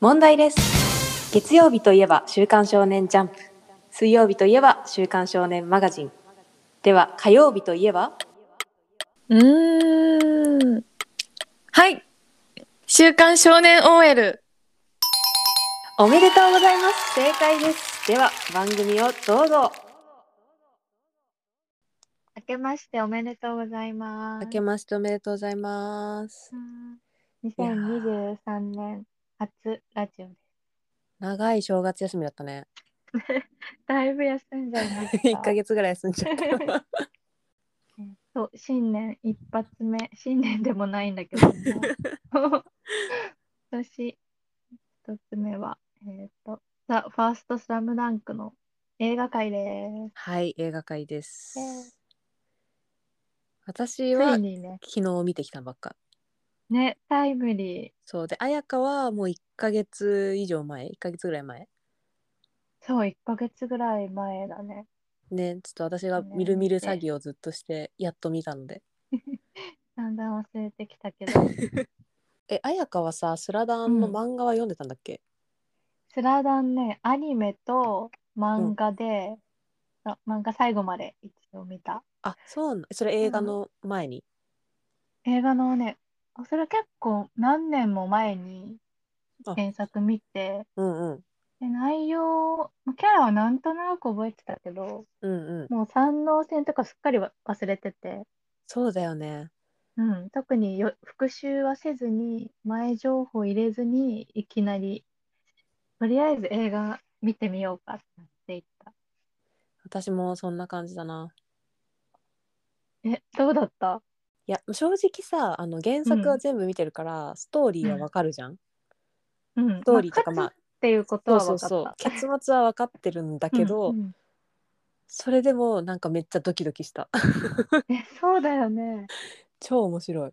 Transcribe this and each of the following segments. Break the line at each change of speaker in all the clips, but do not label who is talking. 問題です月曜日といえば「週刊少年ジャンプ」水曜日といえば「週刊少年マガジン」では火曜日といえば
うーん。はい。週刊少年 OL。
おめでとうございます正解ですでは番組をどうぞ
明けましておめでとうございます。
ましておめでとうございます
うん2023年初ラジ オです。
長い正月休みだったね
だいぶ休んじゃいました。
月ぐらい休んじ
ゃったそう新年一発目新年でもないんだけど も今年一つ目はえっ、と「ザ・ファーストスラムダンクの映画界です。
はい映画界です
イエーイ
私
つ
はい
にね
昨日見てきたばっか
ねタイムリー
そうで綾香はもう1ヶ月以上前1ヶ月ぐらい前
そう1ヶ月ぐらい前だね。
ねちょっと私が
ね
みるみる詐欺をずっとしてやっと見たので
だんだん忘れてきたけど
え綾香はさスラダンの
うん
漫画は読んでたんだっけ、
スラダンねアニメと漫画で、あ漫画最後まで一応見た。
あそうなそれ映画の前に、
映画のねそれ結構何年も前に
あ
原作見て
うんうん
で内容まあキャラはなんとなく覚えてたけど
うんうん
もう三能戦とかすっかりわ忘れてて、
そうだよね
うん、特によ復習はせずに前情報入れずにいきなりとりあえず映画見てみようかってなっていった
私もそんな感じだな
えどうだった
いや正直さあの原作は全部見てるから、ストーリーはわかるじゃん、
うん
ストーリーとかまあ
勝つっていうこと
そう
は
そう
分か
そう
った
結末は分かってるんだけど、
うんうん
それでもなんかめっちゃドキドキした
えそうだよね
超面白い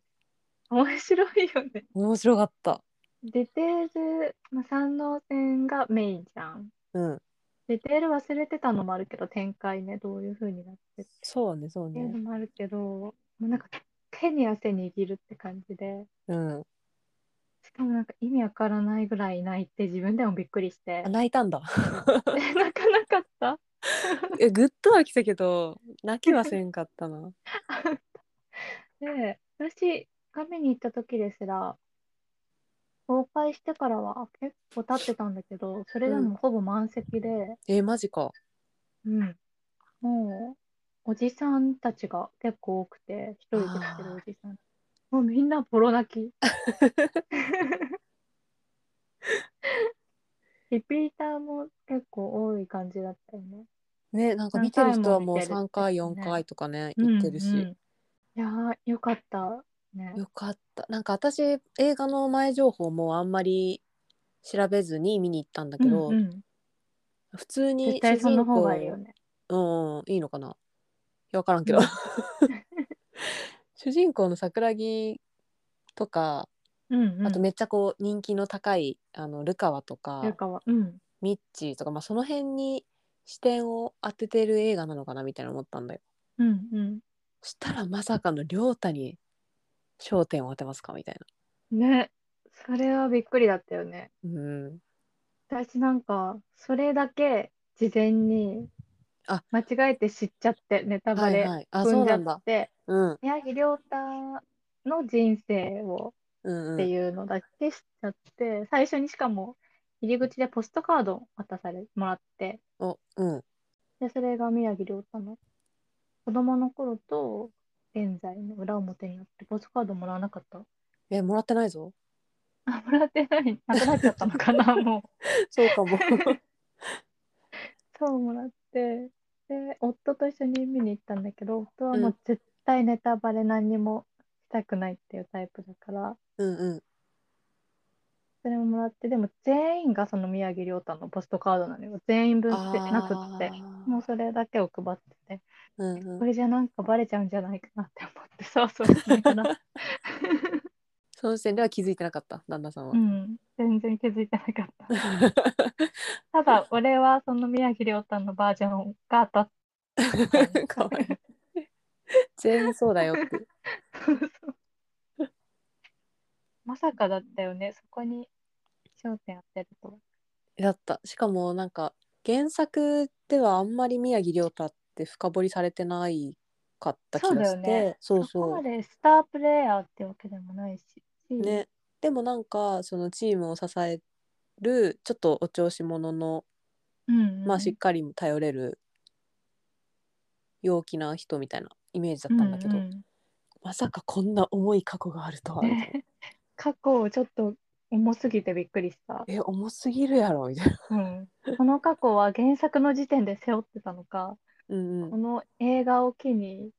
面白いよね
面白かった
デテール、まあ、三能線がメインじゃん。
うん
デテール忘れてたのもあるけど、展開ね、どういう風になってって
そうねそう
いうの
ね
もあるけど、もうなんか手に汗握るって感じで、
うん
しかもなんか意味わからないぐらい泣いて自分でもびっくりして
あ、泣いたんだ
え 泣かなかった
えグッとは来たけど泣きはせんかったな
で、私、画面に行った時ですら、公開してからは結構経ってたんだけど、それでもほぼ満席で、
えマジか
うん。もう、おじさんたちが結構多くて、一人で来てるおじさん。もうみんなボロ泣 き。リピーターも結構多い感じだったよね。
ねなんか見てる人はもう3
何
回
回
4
も見てるってね
回とかね行ってるし、
うんうんいやー、よかったね。
よかったなんか私映画の前情報もあんまり調べずに見に行ったんだけど、
うんうん
普通に
絶対その方がいいよね。
うんいいのかないや分からんけど、
うん
主人公の桜木とか
うんうん。
あとめっちゃこう人気の高いあのルカワとか
なんかは、うん。
ミッチーとか、まあ、その辺に視点を当ててる映画なのかなみたいな思ったんだよ。
うんうん。
したらまさかの亮太に焦点を当てますかみたい
ね。それはびっくりだったよね。
な。うん、
私なんかそれだけ事前に
あ
間違えて知っちゃってネタバ
はい
レ
はい。あそ
踏
うん
じゃ
なんだ
っ。て
うん
宮城亮太の人生を
うん
って
うん。
いうのだけ知っちゃって最初にしかも入り口でポストカードを渡されもらって
おうん
でそれが宮城亮太の子供の頃と現在の裏表になってポストカードもらわなかった
えもらってないぞ。
あもらってないなくなっちゃったのか なもう
そうかも。
そうもらってで夫と一緒に見に行ったんだけど夫はもう絶対ネタバレ何にもしたくないっていうタイプだから
うんうん。
それももらってでも全員がその宮城亮太のポストカードなのよ全員分捨てなくって
あー
もうそれだけを配ってて
うん
こ
うん。
れじゃなんかバレちゃうんじゃないかなって思ってそうそうしないかな
その時点では気づいてなかった旦那さんは。
うん全然気づいてなかったただ俺はその宮城亮太のバージョンが当たっ
かわいい。全員そうだよって。
まさかだったよね。そこに焦点当てるとは。
だったしかもなんか原作ではあんまり宮城亮太って深掘りされてないかった気が
そ
して
うだよね
そう
そこ
そ
ま
う
でスタープレイヤーってわけでもないし。
ねでもなんかそのチームを支えるちょっとお調子者の、
うんうん、
まあ、しっかり頼れる陽気な人みたいなイメージだったんだけど、
うう
まさかこんな重い過去があるとは、
ね 過去をちょっと重すぎてびっくりした。
え重すぎるやろみたい な。
うん、この過去は原作の時点で背負ってたのか、
うんうん
この映画を機に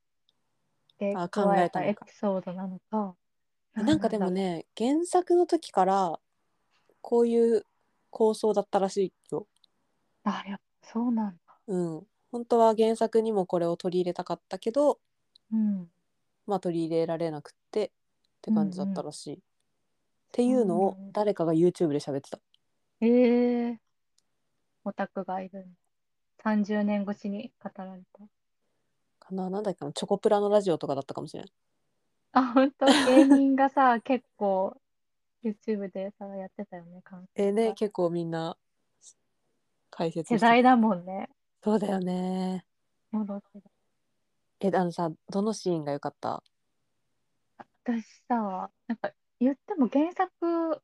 出
あ
加え
考えた
た
の
エ
か
ピソードなのか。
なんかでも
ね
ね原作の時からこういう構想だったらしいよ。
あ、やっぱそうなんだ。
うん、本当は原作にもこれを取り入れたかったけど、
うん。
まあ、取り入れられなくてって感じだったらしい。っていうの
そう
を
なんだ
誰かが YouTube で喋ってた。
ええオタクがいるんだ。30年越しに語られた。
かななんだっけかなチョコプラのラジオとかだったかもしれない。
あ、本当芸人がさ、結構 YouTube でさ、やってたよね。感
えー
は
ね
い
結構みんな解説
世
して
代だもんね。
そうだよね。
もろ世代
えあのさどのシーンが良かった
私さ、なんか言っても原作、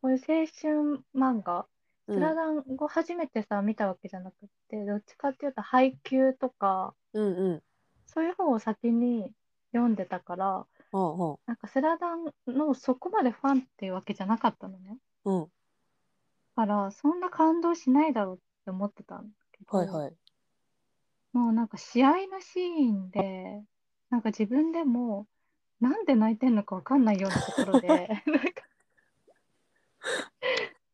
こういう青春漫画、
う
スラ
ん
ダンを初めてさ、見たわけじゃなくって、どっちかっていうと配給とか、
うんうん。
そういう方を先に読んでたから、
ほうほ
なんかスラダンのそこまでファンっていうわけじゃなかったのね。
う。うん。
だから、そんな感動しないだろうって思ってたんだけど、
はいはい。
もうなんか試合のシーンで、なんか自分でも、なんで泣いてんのかわかんないようなとこ ろで、なんか、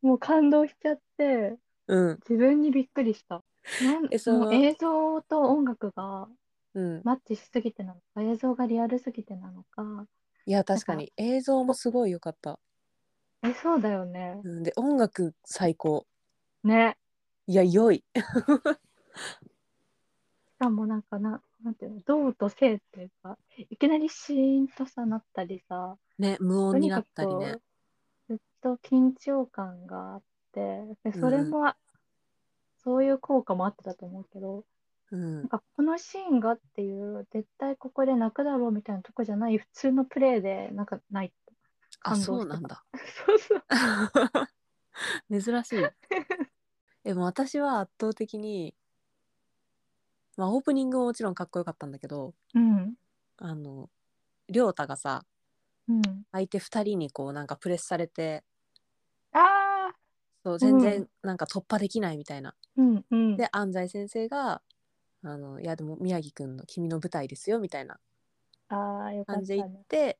もう感動しちゃって、
うん
自分にびっくりした。なん
えその
もう映像と音楽が
うん。
マッチしすぎてなのか、映像がリアルすぎてなのか、
いや確かに映像もすごい良かった。
え、そうだよね。
うん、で音楽最高。
ね。
いや良
し
い。
かもなんかな、なんていうの、銅と性っていうか、いきなりシーンとさなったりさ、
ね無
と
音に
に
な
か
っ
く
たり
こ
ね。
う、ずっと緊張感があって、で、それ
うん
も、そういう効果もあってたと思うけど、
うん
なんかこのシーンがっていう、絶対ここで泣くだろうみたいなとこじゃない、普通のプレイで、なんか 泣いた。
あ、
感動してた
そうなんだ。
そうそう。
珍しい。でも私は圧倒的に、まあオープニングももちろんかっこよかったんだけど、
うん。
あの、亮太がさ、
うん。
相手二人にこうなんかプレスされて、
ああ、
そう全
う
然なんか突破できないみたいな。
うんうん。
で、安西先生が、あの、いやでも宮城くんの君の舞台ですよみたいな
ああ、よかっ
感じで
た
言っ
ね。
て、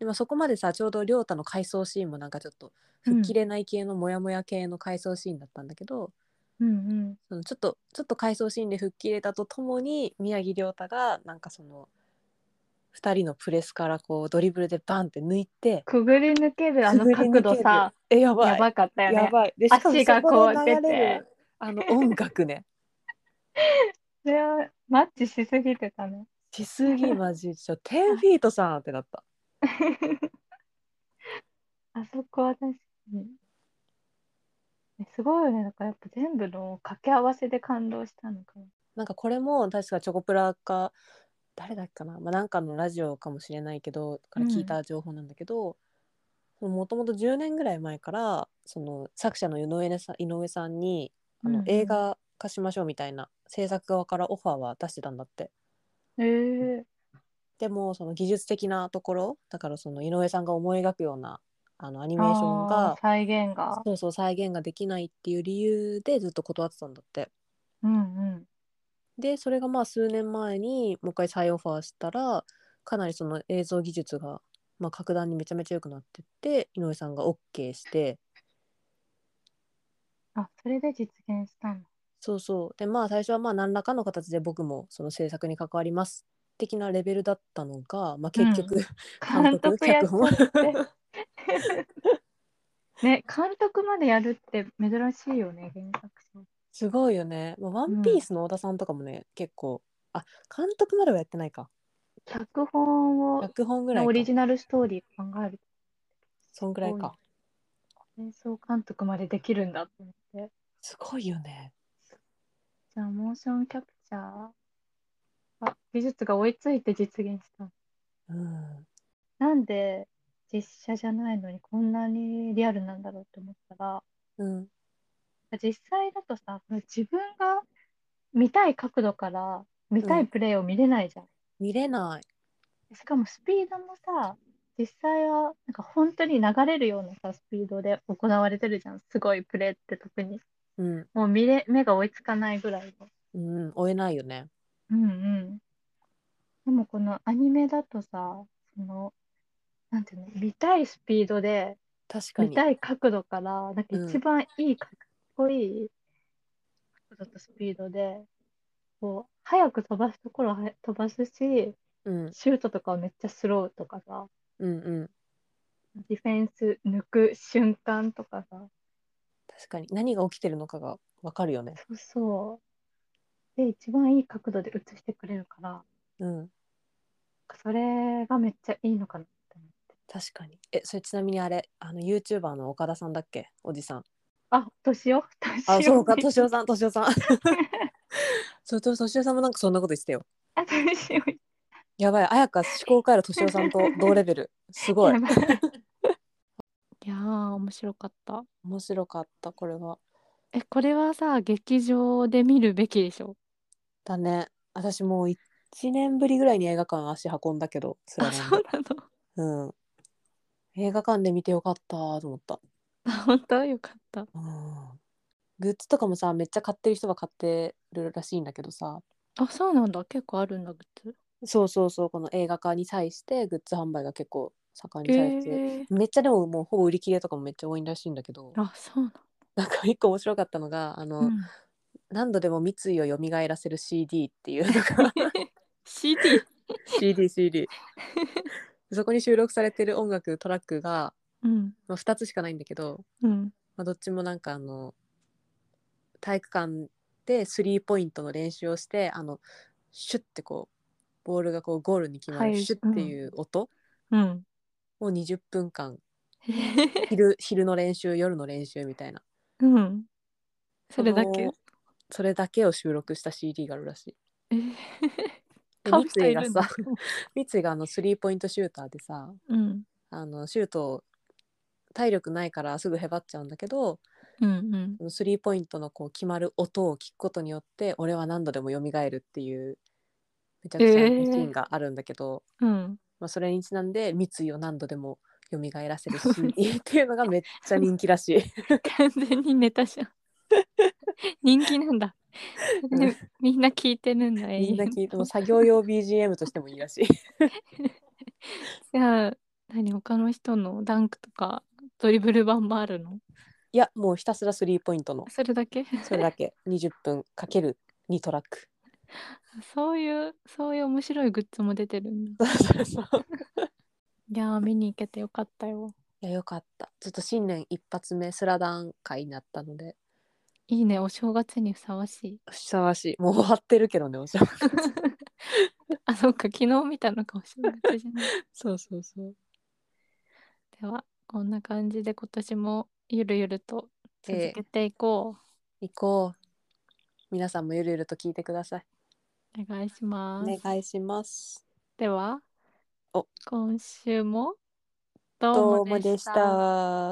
でもそこまでさ、ちょうど亮太の回想シーンもなんかちょっと、吹っ切れない系のモヤモヤ系の回想シーンだったんだけど、
うんうん。
そのちょっとちょっと回想シーンで吹っ切れたとともに宮城亮太がなんかその2人のプレスからこうドリブルでバンって抜いて
くぐり抜けるあの
くぐり抜け
角
る
度さ、
えやばい
やばかったよね。
やばいでしかも
足が
そこで
こう出て
流れるあの音楽ね
それはマッチしすぎてたね。
しすぎマジちょ10フィートさんってなった
あそこは確かに。ねすごいよね。なんかやっぱ全部の掛け合わせで感動したのかな。
なんかこれも確かチョコプラか誰だっけかな、まあ、なんかのラジオかもしれないけどから聞いた情報なんだけどもともと10年ぐらい前からその作者の井上さん井上さんにあの、
うんうん
映画化しましょうみたいな制作側からオファーは出してたんだって
ええ
でもその技術的なところだからその井上さんが思い描くようなあのアニメーションが
再現が。
そうそう再現ができないっていう理由でずっと断ってたんだって
うんうん。
でそれがまあ数年前にもう一回再オファーしたらかなりその映像技術が、まあ、格段にめちゃめちゃ良くなってって井上さんが OK して
あ、それで実現したんだ。
そうそうでまあ最初はまあ何らかの形で僕もその制作に関わります的なレベルだったのが、まあ、結局、
う監
監督
督やっちゃっ
脚
て。 ね、監督までやるって珍しいよね、原作者。
すごいよね「まあ、ワンピースの小田さんとかもね、結構あ監督まではやってないか
脚本を、
100本ぐら
のオ
い
リ
か
ジナルストーリー考える。
そんぐらいか
映像監督までできるんだって思って。
すごいよね。
じゃあ、モーションキャプチャーは技術が追いついて実現したの。
うん。
なんで実写じゃないのにこんなにリアルなんだろうって思ったら、
うん。
実際だとさ、これ自分が見たい角度から見た
う
い
ん
プレーを見れないじゃん。
見れない。
しかもスピードもさ、実際はなんか本当に流れるようなさ、スピードで行われてるじゃん。すごいプレーって特に。
うん。
もう見れ、目が追いつかないぐらいの。
うん。追えないよね。
うんうん。でもこのアニメだとさ、その、なんていうの、見たいスピードで、
確か
見
に。
たい角度から、なんか
うん
一番いい、かっこいい角度とスピードで、こう、早く飛ばすところは飛ばすし、
うん。
シュートとかはめっちゃスローとかさ、
うんうん。
ディフェンス抜く瞬間とかさ、
確かに。何が起きてるのかがわかるよね。
そうそう。で、一番いい角度で映してくれるから、
うん。
それがめっちゃいいのかなって思って。
確かに。え、それちなみにあれ、あの、YouTuber の岡田さんだっけおじさん。
あ、年を年
あ、そうか、
ね
敏夫さん、敏夫さん。 そう、と敏夫さんもなんかそんなこと言ってたよ。
あ、年を
やばい、綾香、思考回路敏夫さんと同レベル。すごい
や。ばい。いやー、面白かった。
面白かった、これは。
え、これはさ、劇場で見るべきでしょ。
だね。私もう1年ぶりぐらいに映画館足運んだけど、スラ
あ、
ダン
そうなの。
うん。映画館で見てよかったと思った。
あ、本当よかった。
うん。グッズとかもさ、めっちゃ買ってる人が買ってるらしいんだけどさ、
あ、そうなんだ。結構あるんだ、グッズ。
そうそうそう、この映画化に際してグッズ販売が結構盛んにされて、
えー、
めっちゃでももうほぼ売り切れとかもめっちゃ多いらしいんだけど、
あ、そうなんだ。
なんか一個面白かったのが、あの、
うん、
何度でも三井を蘇らせる CD っていうの が
CD。
CD CD そこに収録されてる音楽トラックが、
うん。
まあ、2つしかないんだけど、
うん。
まあ、どっちもなんかあの体育館でスリーポイントの練習をしてあのシュッてこうボールがこうゴールに決まる、
はい
シュッっていう音
うん。
を20分間昼昼の練習夜の練習みたいな
うん。それだけ
の。それだけを収録した CD があるらしい。
えー、
で
買う人
三井
い
が
るんだ
さ。 三井があのスリーポイントシューターでさ
うん。
あのシュートを体力ないからすぐへばっちゃうんだけど
うん。うん。
スリーポイントのこう決まる音を聞くことによって俺は何度でも蘇るっていうめちゃくちゃ
え
なシ
ー
ーンがあるんだけど、
うん。
まあ、それにちなんで三井を何度でも蘇らせる CD っていうのがめっちゃ人気らしい。
完全にネタじゃん。 人気なんだ。
うん
ねみんな聞いてるんだ。
みんな聞いて
永遠と
も作業用 BGM としてもいいらしい。
じゃあ、何他の人のダンクとかドリブル版もあるの
いやもうひたすらスリーポイントの
それだけ
それだ け20分かける2トラック。
そういう、そういう面白いグッズも出てるんだ。
そうそうそう
いやー、見に行けてよかったよ。
いやよかったちょっと新年一発目スラダン会になったので
いいね、お正月にふさわしい。
ふさわしいもう終わってるけどねお正月
あ、そっか、昨日見たのかお正月じゃない。
そうそうそう
では、こんな感じで今年もゆるゆると続けていこ
行こう皆さんもゆるゆると聞いてください
う。お願いし
お
ます。
願いします
では
お、
今週もど
どうもでした